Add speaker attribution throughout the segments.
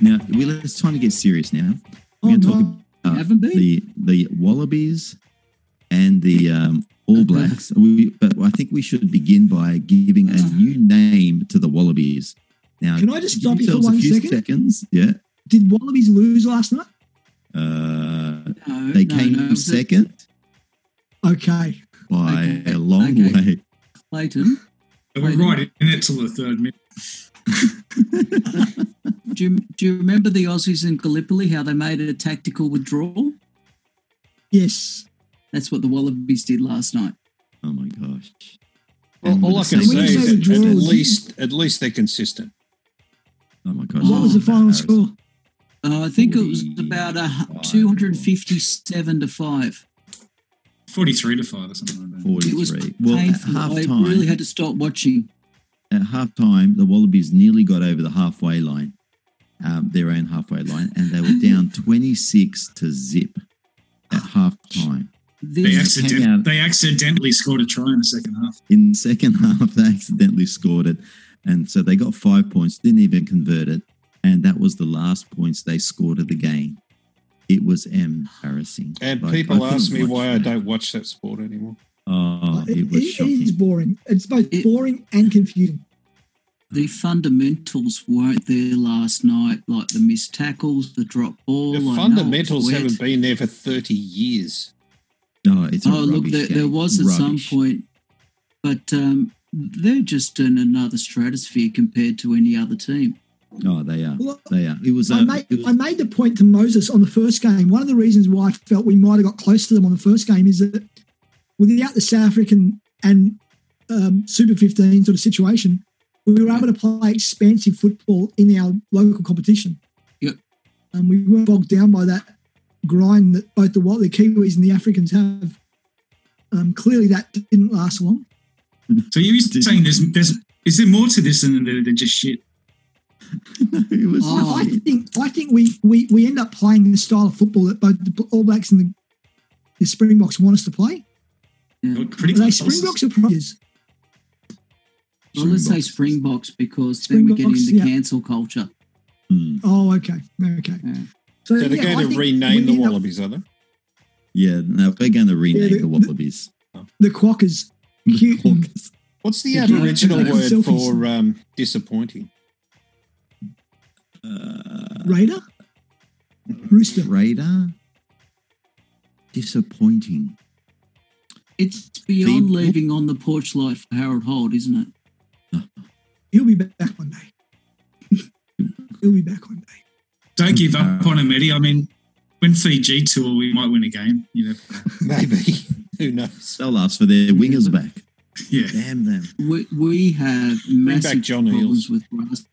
Speaker 1: Now, Will, it's time to get serious now. We're
Speaker 2: Oh,
Speaker 1: going to talk
Speaker 2: no.
Speaker 1: about
Speaker 2: Haven't been?
Speaker 1: the, the Wallabies and the um, All Blacks. we, but I think we should begin by giving a new name to the Wallabies. Now,
Speaker 2: Can I
Speaker 1: give
Speaker 2: just stop you for
Speaker 1: yourselves a
Speaker 2: one
Speaker 1: few
Speaker 2: second?
Speaker 1: Seconds. Yeah.
Speaker 2: Did Wallabies lose last night?
Speaker 1: Uh,
Speaker 3: No,
Speaker 1: they
Speaker 3: no,
Speaker 1: came
Speaker 3: no, but
Speaker 1: second
Speaker 2: Okay.
Speaker 1: by
Speaker 3: Okay,
Speaker 1: a long
Speaker 3: okay.
Speaker 1: way.
Speaker 3: Clayton,
Speaker 4: They were right in it till the third minute.
Speaker 3: do you, do you remember the Aussies in Gallipoli, how they made a tactical withdrawal?
Speaker 2: Yes.
Speaker 3: That's what the Wallabies did last night.
Speaker 1: Oh my gosh. And
Speaker 5: All, all I
Speaker 1: with
Speaker 5: can
Speaker 1: the
Speaker 2: When
Speaker 5: say
Speaker 1: same
Speaker 2: you say
Speaker 5: is that at
Speaker 2: withdrawal, you-
Speaker 5: least, at least they're consistent.
Speaker 1: Oh my gosh.
Speaker 2: What was the
Speaker 1: that's
Speaker 2: final
Speaker 1: embarrassing.
Speaker 2: score?
Speaker 3: Uh, I think it was
Speaker 1: Forty
Speaker 3: about a, hu-
Speaker 1: five.
Speaker 3: 257 to 5.
Speaker 4: 43 to 5 or something like that.
Speaker 3: It was
Speaker 1: 43. Well, at
Speaker 3: painful.
Speaker 1: half
Speaker 3: I
Speaker 1: time,
Speaker 3: really had to stop watching.
Speaker 1: at half time, the Wallabies nearly got over the halfway line, um, their own halfway line, and they were down 26 to zip at half time.
Speaker 3: This,
Speaker 4: They,
Speaker 1: Came out-
Speaker 4: accident- they accidentally scored a try in the second half.
Speaker 1: In the second half, they accidentally scored it. And so they got five points, didn't even convert it. And that was the last points they scored of the game. It was embarrassing.
Speaker 5: And
Speaker 1: Like,
Speaker 5: people
Speaker 1: I couldn't
Speaker 5: ask me
Speaker 1: watch
Speaker 5: why I
Speaker 1: that.
Speaker 5: don't watch that sport anymore.
Speaker 1: Oh, it was
Speaker 2: it is
Speaker 1: shocking.
Speaker 2: boring. It's both
Speaker 3: It-
Speaker 2: boring and confusing.
Speaker 3: the fundamentals weren't there last night, like the missed tackles, the drop ball. I know
Speaker 5: the
Speaker 3: it was
Speaker 5: fundamentals
Speaker 3: wet.
Speaker 5: haven't been there for 30 years.
Speaker 1: No, it's a
Speaker 3: Oh, look,
Speaker 1: rubbish
Speaker 3: there, there
Speaker 1: game.
Speaker 3: was at
Speaker 1: Rubbish.
Speaker 3: some point, but um, they're just in another stratosphere compared to any other team.
Speaker 1: Oh, they are.
Speaker 2: Well,
Speaker 1: They are. It was.
Speaker 2: I
Speaker 1: a-
Speaker 2: made,
Speaker 1: it was
Speaker 2: I made the point to Moses on the first game. One of the reasons why I felt we might have got close to them on the first game is that without the South African and um, Super 15 sort of situation, we were able to play expansive football in our local competition.
Speaker 3: Yep.
Speaker 2: And we weren't bogged down by that grind that both the, Wa- the Kiwis and the Africans have. Um, clearly, that didn't last long.
Speaker 4: So you were saying there's, there's, is there more to this than, than just shit?
Speaker 1: it was
Speaker 3: Oh.
Speaker 2: I, I think I think we, we we end up playing the style of football that both the All Blacks and the, the Springboks want us to play.
Speaker 3: Yeah.
Speaker 4: You're Pretty
Speaker 2: Are they
Speaker 4: close.
Speaker 2: Springboks or Premiers?
Speaker 3: Well, let's say
Speaker 1: Springboks.
Speaker 3: Springboks because then we get
Speaker 2: Springboks,
Speaker 3: into
Speaker 2: yeah.
Speaker 3: cancel culture.
Speaker 1: Mm.
Speaker 2: Oh, okay, okay.
Speaker 3: Yeah.
Speaker 5: So they're
Speaker 2: yeah, I
Speaker 5: going to
Speaker 2: think
Speaker 5: rename
Speaker 2: we
Speaker 5: the
Speaker 2: end up-
Speaker 5: Wallabies, are they?
Speaker 1: Yeah, no, they're going to rename
Speaker 2: the-
Speaker 1: the Wallabies.
Speaker 2: The Quackers. Cute and-
Speaker 1: Hawkers.
Speaker 5: What's the
Speaker 2: Yeah,
Speaker 5: Aboriginal
Speaker 2: yeah,
Speaker 5: word
Speaker 2: selfies.
Speaker 5: for um, disappointing?
Speaker 1: Uh,
Speaker 2: Raider, Rooster.
Speaker 1: radar. Disappointing.
Speaker 3: It's beyond
Speaker 1: Feed-
Speaker 3: leaving on the porch light for Harold Holt, isn't it?
Speaker 2: He'll be back one day. He'll be back one day.
Speaker 4: Don't give up on them, Eddie. I mean, when Fiji tour, we might win a game. You know,
Speaker 5: Maybe. Who knows?
Speaker 1: They'll ask for their wingers back.
Speaker 4: yeah.
Speaker 1: Damn them.
Speaker 3: We, we have massive
Speaker 5: back John
Speaker 3: problems
Speaker 5: Eales.
Speaker 3: with grass,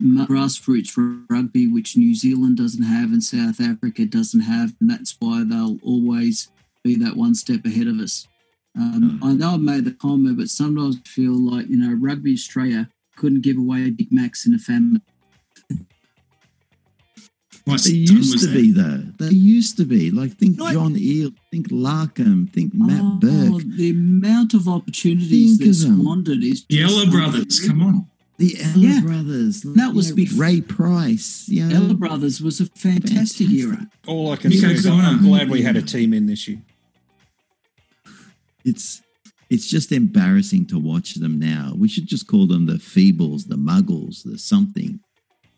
Speaker 3: mu- grassroots rugby, which New Zealand doesn't have and South Africa doesn't have, and that's why they'll always be that one step ahead of us. Um,
Speaker 5: Hmm.
Speaker 3: I know I made the comment, but sometimes I feel like you know Rugby Australia couldn't give away a Big Macs in a famine.
Speaker 4: My
Speaker 1: They
Speaker 4: son
Speaker 1: used
Speaker 4: was
Speaker 1: to
Speaker 4: there.
Speaker 1: be though. They used to be. Like think
Speaker 2: No, I-
Speaker 1: John Eel, think Larkham, think Matt
Speaker 3: Oh,
Speaker 1: Burke,
Speaker 3: the amount of opportunities
Speaker 1: Think
Speaker 3: that's
Speaker 1: of 'em.
Speaker 3: squandered is just
Speaker 4: The Ella Brothers, come on.
Speaker 1: the Ella
Speaker 3: Yeah.
Speaker 1: brothers.
Speaker 3: That was
Speaker 1: yeah,
Speaker 3: before-
Speaker 1: Ray Price. Yeah.
Speaker 3: Ella Brothers was a fantastic era.
Speaker 5: All I can
Speaker 4: Nico
Speaker 5: say is I'm
Speaker 4: Connor.
Speaker 5: I'm glad we had a team in this year.
Speaker 1: It's it's just embarrassing to watch them now. We should just call them the Feebles, the Muggles, the something.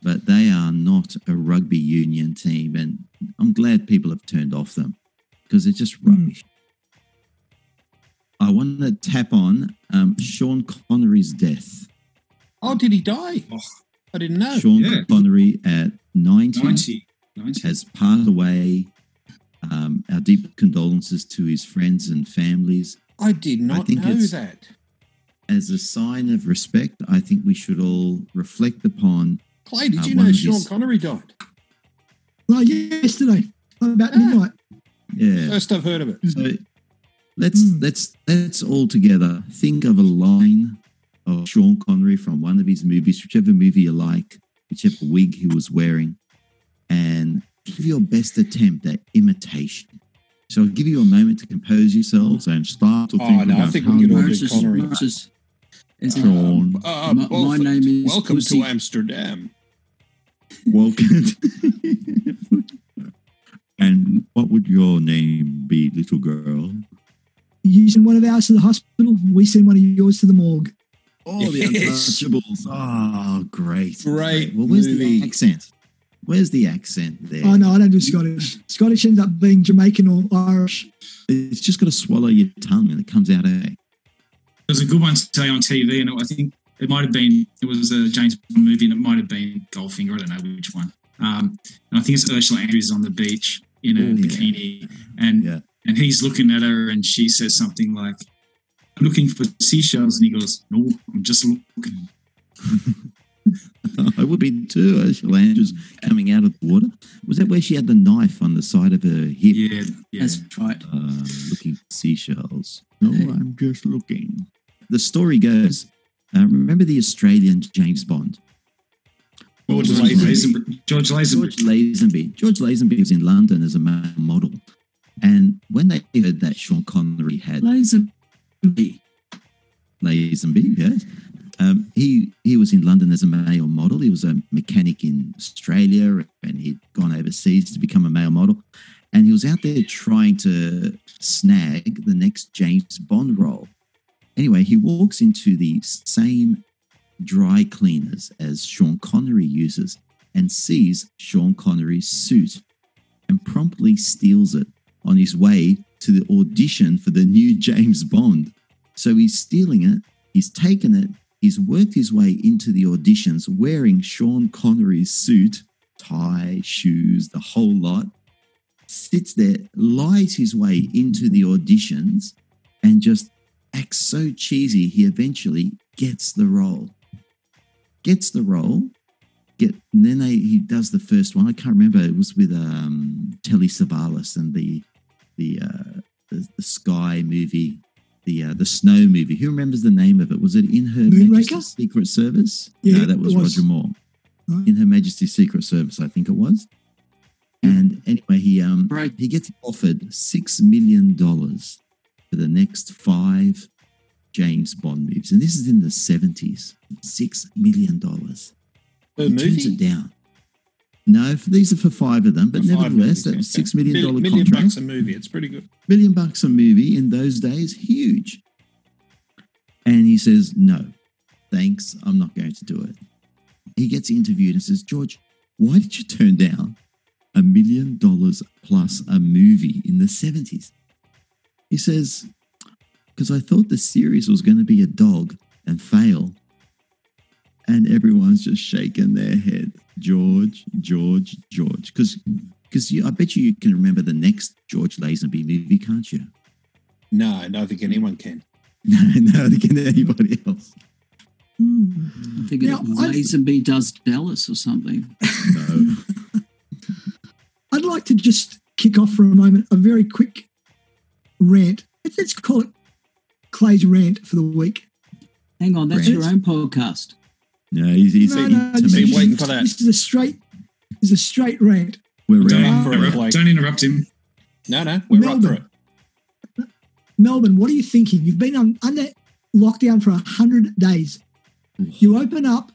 Speaker 1: But they are not a rugby union team, and I'm glad people have turned off them because they're just
Speaker 2: Mm.
Speaker 4: Hmm.
Speaker 1: rubbish. I want to tap on um, Sean Connery's death.
Speaker 5: Oh, did he die?
Speaker 4: Oh.
Speaker 5: I didn't know.
Speaker 1: Sean
Speaker 4: yeah.
Speaker 1: Connery at 90
Speaker 4: 90. 90.
Speaker 1: has passed away. Um, our deep condolences to his friends and families.
Speaker 5: I did not
Speaker 1: think
Speaker 5: know
Speaker 1: it's-
Speaker 5: that.
Speaker 1: as a sign of respect, I think we should all reflect upon.
Speaker 5: Clay, did
Speaker 1: Uh,
Speaker 5: you
Speaker 1: one
Speaker 5: know
Speaker 1: of
Speaker 5: Sean
Speaker 1: his-
Speaker 5: Connery died?
Speaker 2: No, yesterday, about
Speaker 5: Ah.
Speaker 2: midnight.
Speaker 1: Yeah.
Speaker 5: First I've heard of it.
Speaker 1: So let's
Speaker 5: Hmm.
Speaker 2: Mm.
Speaker 1: let's let's all together think of a line of Sean Connery from one of his movies, whichever movie you like, whichever wig he was wearing, and give your best attempt at imitation. So I'll give you a moment to compose yourselves and start to
Speaker 5: Oh,
Speaker 1: think
Speaker 5: no, I
Speaker 1: about
Speaker 5: think
Speaker 1: how
Speaker 5: we could
Speaker 1: you-
Speaker 5: all do
Speaker 3: Moses,
Speaker 5: Connery.
Speaker 3: Moses. Is it-
Speaker 1: Sean.
Speaker 5: Uh,
Speaker 3: My- my
Speaker 5: Moffat,
Speaker 3: name is
Speaker 5: Welcome
Speaker 3: Pussy.
Speaker 5: to Amsterdam.
Speaker 1: Walcott. and what would your name be, little girl?
Speaker 2: You send one of ours to the hospital, we send one of yours to the morgue.
Speaker 1: Oh, the
Speaker 5: Yes.
Speaker 1: Untouchables. Oh, great.
Speaker 5: Great
Speaker 1: Well, where's
Speaker 5: movie.
Speaker 1: the accent? Where's the accent there?
Speaker 2: Oh no, I don't do Scottish. Scottish ends up being Jamaican or Irish.
Speaker 1: It's just got to swallow your tongue and it comes out A.
Speaker 4: There was a good one today on TV, and I think it might have been it was a James Bond movie, and it might have been Goldfinger. I don't know which one. Um, and I think it's Ursula Andrews on the beach in a
Speaker 1: Ooh, yeah.
Speaker 4: bikini, and
Speaker 1: Yeah.
Speaker 4: and he's looking at her, and she says something like, "I'm looking for seashells," and he goes, "No, I'm just looking."
Speaker 1: I would be too. Ursula Andrews coming out of the water. Was that where she had the knife on the side of her hip?
Speaker 4: Yeah, yeah.
Speaker 3: That's right.
Speaker 1: uh, looking for seashells. No, I'm just looking. The story goes uh, remember the Australian James Bond?
Speaker 4: George
Speaker 5: George Lazenby.
Speaker 4: Lazenby. George Lazenby.
Speaker 1: George Lazenby. George Lazenby was in London as a male model. And when they heard that Sean Connery had
Speaker 3: Lazenby.
Speaker 1: Lazenby, yes, um, he, he was in London as a male model. He was a mechanic in Australia and he'd gone overseas to become a male model. And he was out there trying to snag the next James Bond role. Anyway, he walks into the same dry cleaners as Sean Connery uses and sees Sean Connery's suit and promptly steals it on his way to the audition for the new James Bond. So he's stealing it, he's taken it, he's worked his way into the auditions wearing Sean Connery's suit, tie, shoes, the whole lot, sits there, lies his way into the auditions, and just acts so cheesy, he eventually gets the role. Gets the role. Get, and then they, he does the first one. I can't remember. It was with um, Telly Savalas and the the, uh, the the Sky movie, the uh, the Snow movie. Who remembers the name of it? Was it in her
Speaker 2: Moonraker?
Speaker 1: Majesty's Secret Service?
Speaker 2: Yeah,
Speaker 1: no, that was,
Speaker 2: it was.
Speaker 1: Roger Moore
Speaker 2: Huh?
Speaker 5: Mm.
Speaker 1: in Her Majesty's Secret Service. I think it was. And anyway, he um,
Speaker 3: Right.
Speaker 1: he gets offered six million dollars for the next five James Bond movies, and this is in the seventies. Six million dollars.
Speaker 5: Per
Speaker 1: He turns it
Speaker 5: movie?
Speaker 1: down. No, f- these are for five of them, but
Speaker 5: For five
Speaker 1: nevertheless,
Speaker 5: movies,
Speaker 1: that
Speaker 5: yeah,
Speaker 1: was
Speaker 5: okay.
Speaker 1: six million dollar
Speaker 5: Million,
Speaker 1: contract.
Speaker 5: million bucks a movie. It's pretty good.
Speaker 1: million bucks a movie in those days, huge. And he says, No, thanks, I'm not going to do it. He gets interviewed and says, George, why did you turn down a million dollars plus a movie in the 70s? He says, Because I thought the series was going to be a dog and fail. And everyone's just shaking their head. George, George, George. Because because I bet you you can remember the next George Lazenby movie, can't you?
Speaker 5: No, I don't think anyone can.
Speaker 1: No, no, can anybody else?
Speaker 2: Hmm.
Speaker 3: I think it
Speaker 2: Now, I-
Speaker 3: Lazenby does Dallas or something.
Speaker 1: No.
Speaker 2: I'd like to just kick off for a moment a very quick rant. Let's call it Clay's rant for the week.
Speaker 3: Hang on, that's
Speaker 1: Brand.
Speaker 3: your own podcast.
Speaker 1: No, he's, he's
Speaker 2: No,
Speaker 1: eating
Speaker 2: no,
Speaker 1: tomatoes.
Speaker 2: this is-
Speaker 5: Been waiting for that.
Speaker 2: This is a straight. This is a straight rant.
Speaker 1: We're
Speaker 4: Don't,
Speaker 1: ready.
Speaker 5: Don't- for it,
Speaker 4: interrupt,
Speaker 5: Blake.
Speaker 4: don't interrupt him.
Speaker 5: No, no, we're
Speaker 2: Melbourne.
Speaker 5: up for it.
Speaker 2: Melbourne, what are you thinking? You've been on, under lockdown for 100 days. You open up,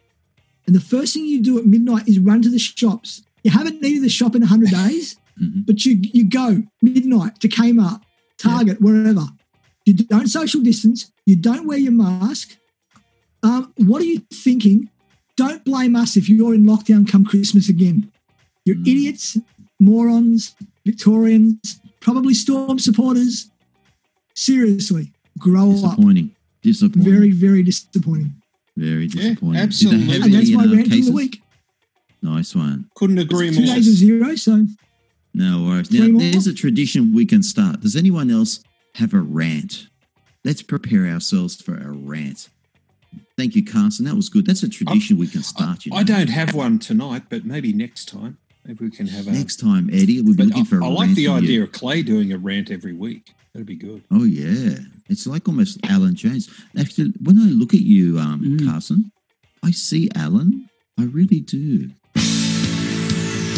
Speaker 2: and the first thing you do at midnight is run to the shops. You haven't needed the shop in 100 days,
Speaker 1: Mhm.
Speaker 2: but you, you go midnight to Kmart, Target, wherever. You don't social distance. You don't wear your mask. Um, what are you thinking? Don't blame us if you're in lockdown come Christmas again. You're
Speaker 1: Mm.
Speaker 2: idiots, morons, Victorians, probably Storm supporters. Seriously, grow up.
Speaker 1: Disappointing. Disappointing. Very,
Speaker 2: Very, very disappointing.
Speaker 1: very disappointing.
Speaker 5: absolutely.
Speaker 1: Did they have
Speaker 2: And that's
Speaker 1: any,
Speaker 2: my
Speaker 1: uh,
Speaker 2: rant from
Speaker 1: cases?
Speaker 2: the week.
Speaker 1: Nice one.
Speaker 5: Couldn't agree
Speaker 2: Two
Speaker 5: more.
Speaker 2: days of zero, so
Speaker 1: No worries.
Speaker 2: Three
Speaker 1: Now,
Speaker 2: more?
Speaker 1: there's a tradition we can start. Does anyone else have a rant? Let's prepare ourselves for a rant. Thank you, Carson. That was good. That's a tradition we can start. You know.
Speaker 5: I don't have one tonight, but maybe next time. Maybe we can have a.
Speaker 1: Next time, Eddie, we'll be
Speaker 5: but I,
Speaker 1: looking for a
Speaker 5: I
Speaker 1: rant.
Speaker 5: like the
Speaker 1: from you.
Speaker 5: idea of Clay doing a rant every week. That'd be good.
Speaker 1: Oh yeah, it's like almost Alan Jones. Actually, when I look at you, um,
Speaker 3: Mm.
Speaker 1: Carson, I see Alan. I really do. I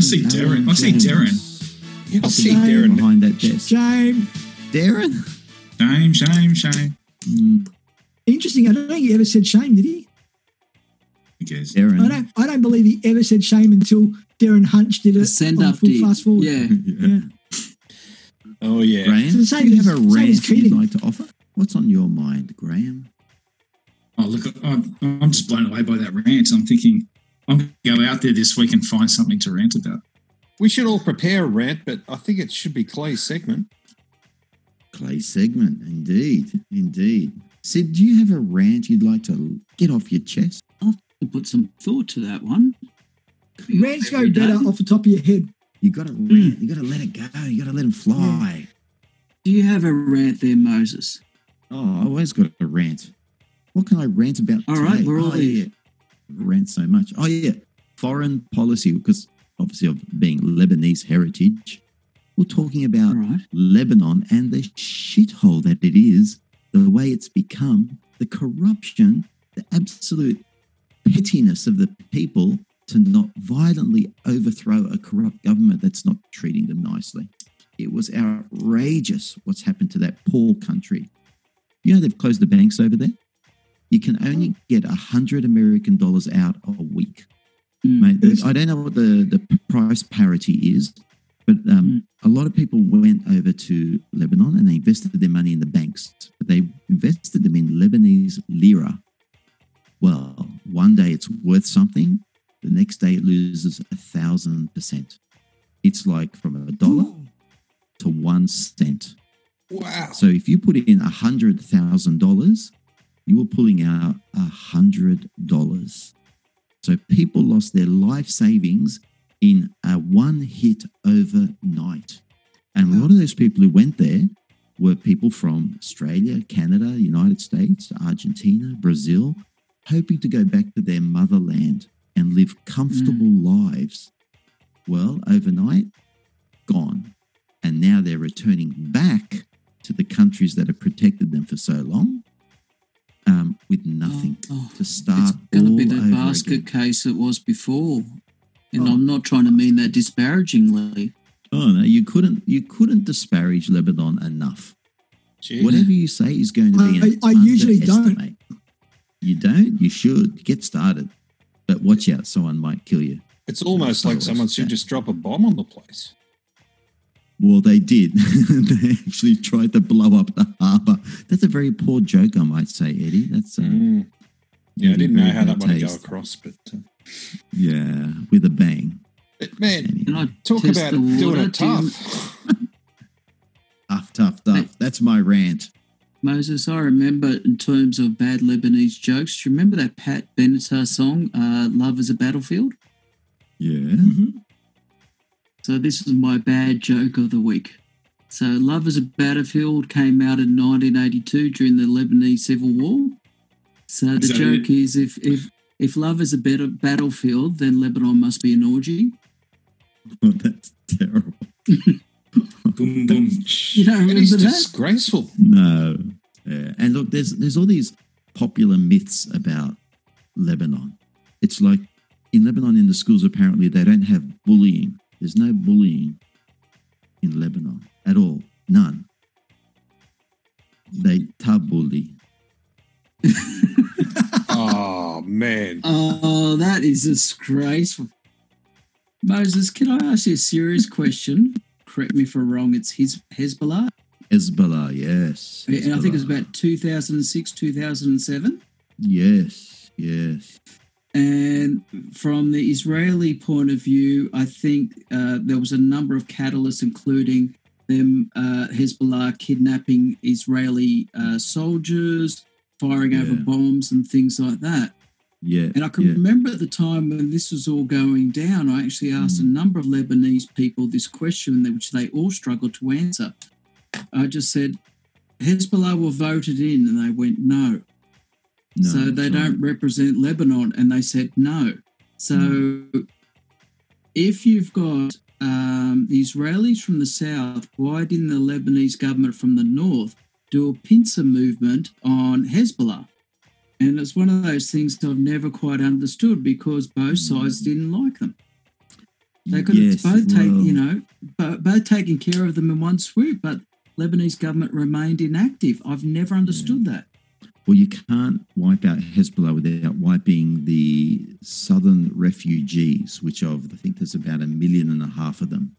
Speaker 4: see Darren. I see Darren.
Speaker 5: Yeah, I'll see
Speaker 2: Shame.
Speaker 5: Darren.
Speaker 1: behind that desk.
Speaker 2: Shame.
Speaker 1: Darren?
Speaker 4: Shame, shame, shame.
Speaker 1: Mm,
Speaker 2: Interesting. I don't think he ever said shame, did he?
Speaker 4: Who cares?
Speaker 2: I
Speaker 1: Darren.
Speaker 2: don't. I don't believe he ever said shame until Darren Hunch did it.
Speaker 3: The send
Speaker 2: on
Speaker 3: up
Speaker 2: full
Speaker 3: did.
Speaker 2: Fast forward.
Speaker 3: Yeah.
Speaker 2: Yeah.
Speaker 5: Oh yeah.
Speaker 1: Graham,
Speaker 2: So the same
Speaker 1: do you
Speaker 2: as-
Speaker 1: have a
Speaker 2: same as
Speaker 1: rant you'd
Speaker 2: Keating.
Speaker 1: like to offer? What's on your mind, Graham?
Speaker 4: Oh, look, I'm, I'm just blown away by that rant. I'm thinking I'm going to go out there this week and find something to rant about.
Speaker 5: We should all prepare a rant, but I think it should be Clay's segment.
Speaker 1: Clay segment, indeed, indeed. Sid, do you have a rant you'd like to get off your chest?
Speaker 3: To put some thought to that one.
Speaker 2: Rants go
Speaker 3: Every day.
Speaker 2: better off the top of your head.
Speaker 1: You got to
Speaker 3: Hmm.
Speaker 1: rant. You got to let it go. You got to let him fly.
Speaker 3: Do you have a rant there, Moses?
Speaker 1: Oh, I always got a rant. What can I rant about?
Speaker 3: All
Speaker 1: today?
Speaker 3: right, we're all
Speaker 1: oh, yeah. Rant so much. Oh yeah, foreign policy because obviously of being Lebanese heritage, we're talking about
Speaker 3: All right.
Speaker 1: Lebanon and the shithole that it is, the way it's become, the corruption, the absolute pettiness of the people to not violently overthrow a corrupt government that's not treating them nicely. It was outrageous what's happened to that poor country. You know, they've closed the banks over there. You can only get a hundred American dollars out a week.
Speaker 3: Mm.
Speaker 1: Mate,
Speaker 2: Yes.
Speaker 1: I don't know what the, the price parity is, but um, a lot of people went over to Lebanon and they invested their money in the banks, but they invested them in Lebanese lira. Well, one day it's worth something, the next day it loses a thousand percent. It's like from a dollar to one cent.
Speaker 5: Wow.
Speaker 1: So if you put in a hundred thousand dollars, you were pulling out a hundred dollars. So people lost their life savings in a one hit overnight. And a lot of those people who went there were people from Australia, Canada, United States, Argentina, Brazil, hoping to go back to their motherland and live comfortable lives. Well, overnight, gone. And now they're returning
Speaker 3: Mm.
Speaker 1: back to the countries that have protected them for so long um, with nothing
Speaker 3: Oh,
Speaker 1: to
Speaker 3: It's
Speaker 1: start
Speaker 3: going to
Speaker 1: all
Speaker 3: be that
Speaker 1: over
Speaker 3: basket
Speaker 1: again.
Speaker 3: case it was before. And
Speaker 1: Oh.
Speaker 3: I'm not trying to mean that disparagingly.
Speaker 1: Oh no, you couldn't you couldn't disparage Lebanon enough.
Speaker 5: Gee.
Speaker 1: Whatever you say is going to be.
Speaker 2: I-
Speaker 1: an
Speaker 2: I usually don't.
Speaker 1: underestimate. You don't. You should get started, but watch out. Someone might kill you.
Speaker 5: It's almost like someone should just drop a bomb on the place.
Speaker 1: Well, they did. they actually tried to blow up the harbour. That's a very poor joke, I might say, Eddie. That's uh,
Speaker 5: Mm. Yeah, I
Speaker 1: really
Speaker 5: didn't know
Speaker 1: very
Speaker 5: how that
Speaker 1: bad
Speaker 5: one would go
Speaker 1: taste.
Speaker 5: across, but, uh,
Speaker 1: Yeah, with a bang.
Speaker 5: but man,
Speaker 1: Anyway.
Speaker 3: Can I
Speaker 5: talk
Speaker 3: test
Speaker 5: about
Speaker 3: the water?
Speaker 5: doing it
Speaker 3: Do you-
Speaker 5: tough.
Speaker 1: Tough, tough, tough. That's my rant.
Speaker 3: Moses, I remember in terms of bad Lebanese jokes, do you remember that Pat Benatar song, uh, Love is a Battlefield?
Speaker 1: Yeah.
Speaker 3: So this is my bad joke of the week. So Love is a Battlefield came out in 1982 during the Lebanese Civil War. So the
Speaker 4: Is that
Speaker 3: joke is if, if, if love is a better battlefield, then Lebanon must be an orgy.
Speaker 1: Oh, that's terrible.
Speaker 4: Boom, boom.
Speaker 3: You don't
Speaker 5: It
Speaker 3: remember
Speaker 5: is
Speaker 3: that?
Speaker 5: disgraceful.
Speaker 1: No. Yeah. And look, there's there's all these popular myths about Lebanon. It's like in Lebanon, in the schools, apparently they don't have bullying. There's no bullying in Lebanon at all. None. They tabuli.
Speaker 5: oh man.
Speaker 3: Oh, that is disgraceful. Moses, can I ask you a serious question? Correct me if I'm wrong. It's his Hezbollah.
Speaker 1: Hezbollah, yes.
Speaker 3: And I think it's
Speaker 1: Hezbollah.
Speaker 3: about 2006, 2007.
Speaker 1: Yes, yes.
Speaker 3: And from the Israeli point of view, I think uh, there was a number of catalysts, including them uh, Hezbollah kidnapping Israeli uh, soldiers, firing over
Speaker 1: Yeah.
Speaker 3: bombs, and things like that.
Speaker 1: Yeah.
Speaker 3: And I can
Speaker 1: yeah.
Speaker 3: remember at the time when this was all going down, I actually
Speaker 1: Hmm.
Speaker 3: asked a number of Lebanese people this question, which they all struggled to answer. I just said, Hezbollah were voted in, and they went, no.
Speaker 1: No,
Speaker 3: so they
Speaker 1: sorry.
Speaker 3: don't represent Lebanon, and they said, no. So if you've got um, the Israelis from the south, why didn't the Lebanese government from the north do a pincer movement on Hezbollah? And it's one of those things that I've never quite understood because both sides didn't like them. They could
Speaker 1: Hmm. Yes,
Speaker 3: have both taken,
Speaker 1: well-
Speaker 3: you know, both, both taken care of them in one swoop, but Lebanese government remained inactive. I've never understood that.
Speaker 1: Well, you can't wipe out Hezbollah without wiping the southern refugees, which of I think there's about a million and a half of them.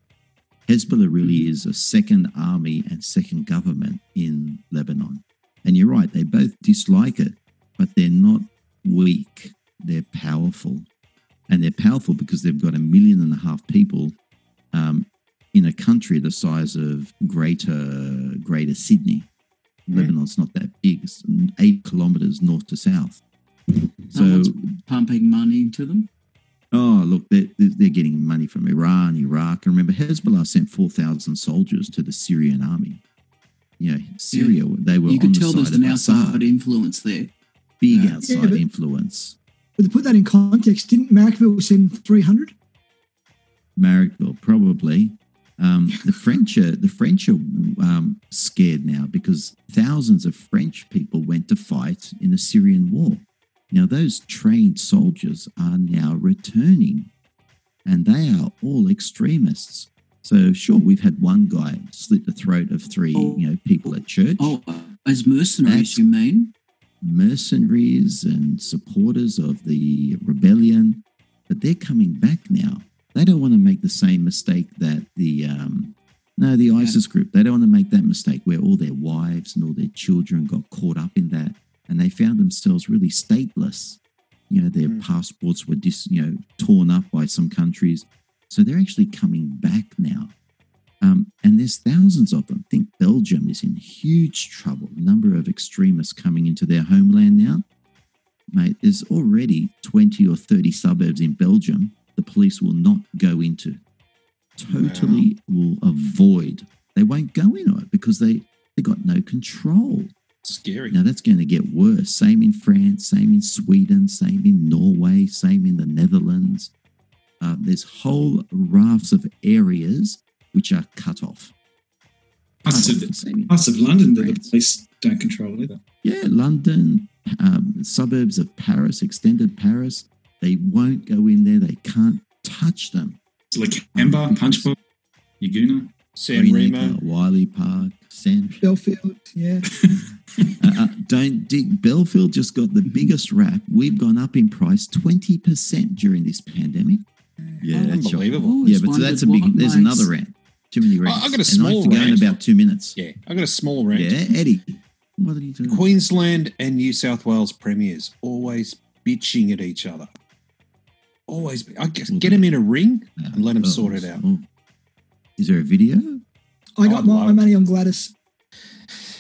Speaker 1: Hezbollah really is a second army and second government in Lebanon. And you're right, they both dislike it, but they're not weak. They're powerful. And they're powerful because they've got a million and a half people um, in a country the size of greater greater Sydney.
Speaker 5: Mm.
Speaker 1: Lebanon's not that big. It's eight kilometers north to south. So,
Speaker 3: Someone's- Pumping money into them.
Speaker 1: oh, look, they're, they're getting money from Iran, Iraq. And remember, Hezbollah sent 4,000 soldiers to the Syrian army. You know, Syria, they were
Speaker 3: Hmm.
Speaker 1: on
Speaker 3: you could
Speaker 1: the
Speaker 3: tell there's
Speaker 1: side
Speaker 3: an
Speaker 1: of
Speaker 3: outside
Speaker 1: Assad.
Speaker 3: influence there.
Speaker 1: Big
Speaker 3: Yeah.
Speaker 1: outside
Speaker 2: Yeah, but-
Speaker 1: influence.
Speaker 2: But to put that in context, didn't Marrickville send 300?
Speaker 1: Marrickville, probably. Um, the French are the French are um, scared now because thousands of French people went to fight in the Syrian war. Now those trained soldiers are now returning, and they are all extremists. So sure, we've had one guy slit the throat of three
Speaker 3: Oh.
Speaker 1: you know people at church,
Speaker 3: Oh, as mercenaries,
Speaker 1: That's-
Speaker 3: you mean?
Speaker 1: mercenaries and supporters of the rebellion, but they're coming back now. They don't want to make the same mistake that the um, no the ISIS group. They don't want to make that mistake where all their wives and all their children got caught up in that, and they found themselves really stateless. You know, their
Speaker 5: Mm.
Speaker 1: passports were dis, you know torn up by some countries, so they're actually coming back now. Um, and there's thousands of them. think Belgium is in huge trouble. Number of extremists coming into their homeland now. Mate, there's already 20 or 30 suburbs in Belgium the police will not go into. Totally will avoid. They won't go into it because they, they got no control.
Speaker 5: Scary.
Speaker 1: Now that's going to get worse. Same in France, same in Sweden, same in Norway, same in the Netherlands. Uh, there's whole rafts of areas which are cut off. Cut
Speaker 4: Parts
Speaker 1: off
Speaker 4: of,
Speaker 1: the same in-
Speaker 4: parts of London that the
Speaker 1: France.
Speaker 4: police don't control either.
Speaker 1: Yeah, London, um, suburbs of Paris, extended Paris. They won't go in there. They can't touch them.
Speaker 4: So like
Speaker 5: Mm-hmm.
Speaker 4: Amber, Punchbowl, Yaguna.
Speaker 5: San Remo.
Speaker 1: Greenacre, Wiley Park, San.
Speaker 2: Belfield, yeah.
Speaker 1: Uh, uh, don't dig. Belfield just got the biggest rap. We've gone up in price twenty percent during this pandemic. Yeah, that's shocking.
Speaker 5: Unbelievable.
Speaker 3: Always
Speaker 1: Yeah, but so that's a
Speaker 3: wondered
Speaker 1: big.
Speaker 3: what
Speaker 1: There's
Speaker 3: makes-
Speaker 1: another rant. Too many rants.
Speaker 5: got a
Speaker 1: And
Speaker 5: small
Speaker 1: I can
Speaker 5: rant.
Speaker 1: Go in about two minutes.
Speaker 5: Yeah, I got a small rant.
Speaker 1: Yeah, Eddie. What did he do?
Speaker 5: Queensland and New South Wales premiers always bitching at each other. Always, I guess,
Speaker 1: Well,
Speaker 5: get them in a ring.
Speaker 1: Yeah,
Speaker 5: and let him
Speaker 1: well,
Speaker 5: sort it out.
Speaker 1: oh. Is there a video?
Speaker 2: I got
Speaker 5: I'd
Speaker 2: my,
Speaker 5: love it.
Speaker 2: money on Gladys.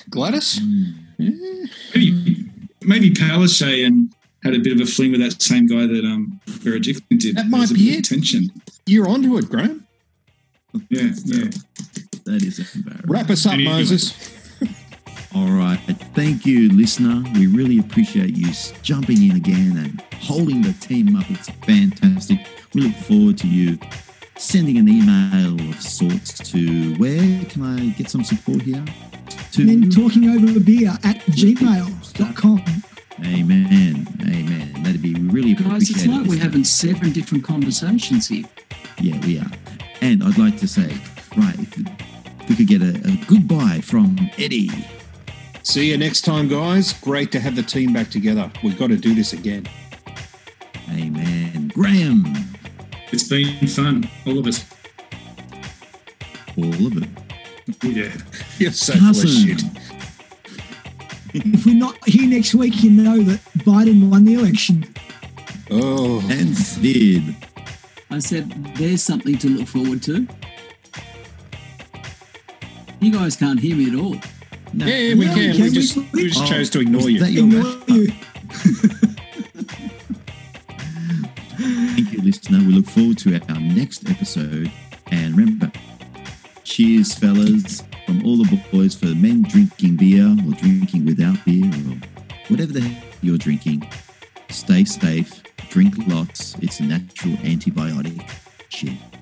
Speaker 5: Gladys,
Speaker 1: Mm,
Speaker 5: Eh,
Speaker 4: Maybe, maybe Palaszczuk and had a bit of a fling with that same guy that um Berejiklian did.
Speaker 5: That
Speaker 4: There
Speaker 5: might
Speaker 4: was a
Speaker 5: be
Speaker 4: bit of
Speaker 5: it.
Speaker 4: Tension.
Speaker 5: you're onto it, Graham.
Speaker 4: Yeah, yeah.
Speaker 1: That is embarrassing.
Speaker 5: Wrap us up,
Speaker 4: Anyway.
Speaker 5: Moses.
Speaker 1: All right. Thank you, listener. We really appreciate you s- jumping in again and holding the team up. It's fantastic. We look forward to you sending an email of sorts to where can I get some support here? To
Speaker 2: And then talking over beer at gmail.com.
Speaker 1: Amen. Amen. That'd be really
Speaker 3: Guys, it's
Speaker 1: appreciated.
Speaker 3: like we're
Speaker 1: listener.
Speaker 3: having seven different conversations here.
Speaker 1: Yeah, we are. And I'd like to say, right, if we could get a, a goodbye from Eddie.
Speaker 5: See you next time, guys. Great to have the team back together. We've got to do this again.
Speaker 1: Amen. Graham.
Speaker 4: It's been fun, all of us.
Speaker 1: All of it.
Speaker 4: Yeah.
Speaker 5: You're so full of
Speaker 1: Carson.
Speaker 5: shit.
Speaker 2: If we're not here next week, you know that Biden won the election.
Speaker 5: Oh,
Speaker 1: And uh, Sid.
Speaker 3: I said, there's something to look forward to. You guys can't hear me at all.
Speaker 1: No.
Speaker 5: yeah, we
Speaker 2: Yeah,
Speaker 5: can.
Speaker 2: can we-
Speaker 5: We just, we just
Speaker 1: Oh,
Speaker 5: chose to ignore
Speaker 1: was
Speaker 5: you.
Speaker 1: that your-
Speaker 2: Ignore you.
Speaker 1: Thank you, listener. We look forward to our next episode. And remember, cheers, fellas, from all the boys for men drinking beer or drinking without beer or whatever the heck you're drinking. Stay safe, drink lots. It's a natural antibiotic. Cheers.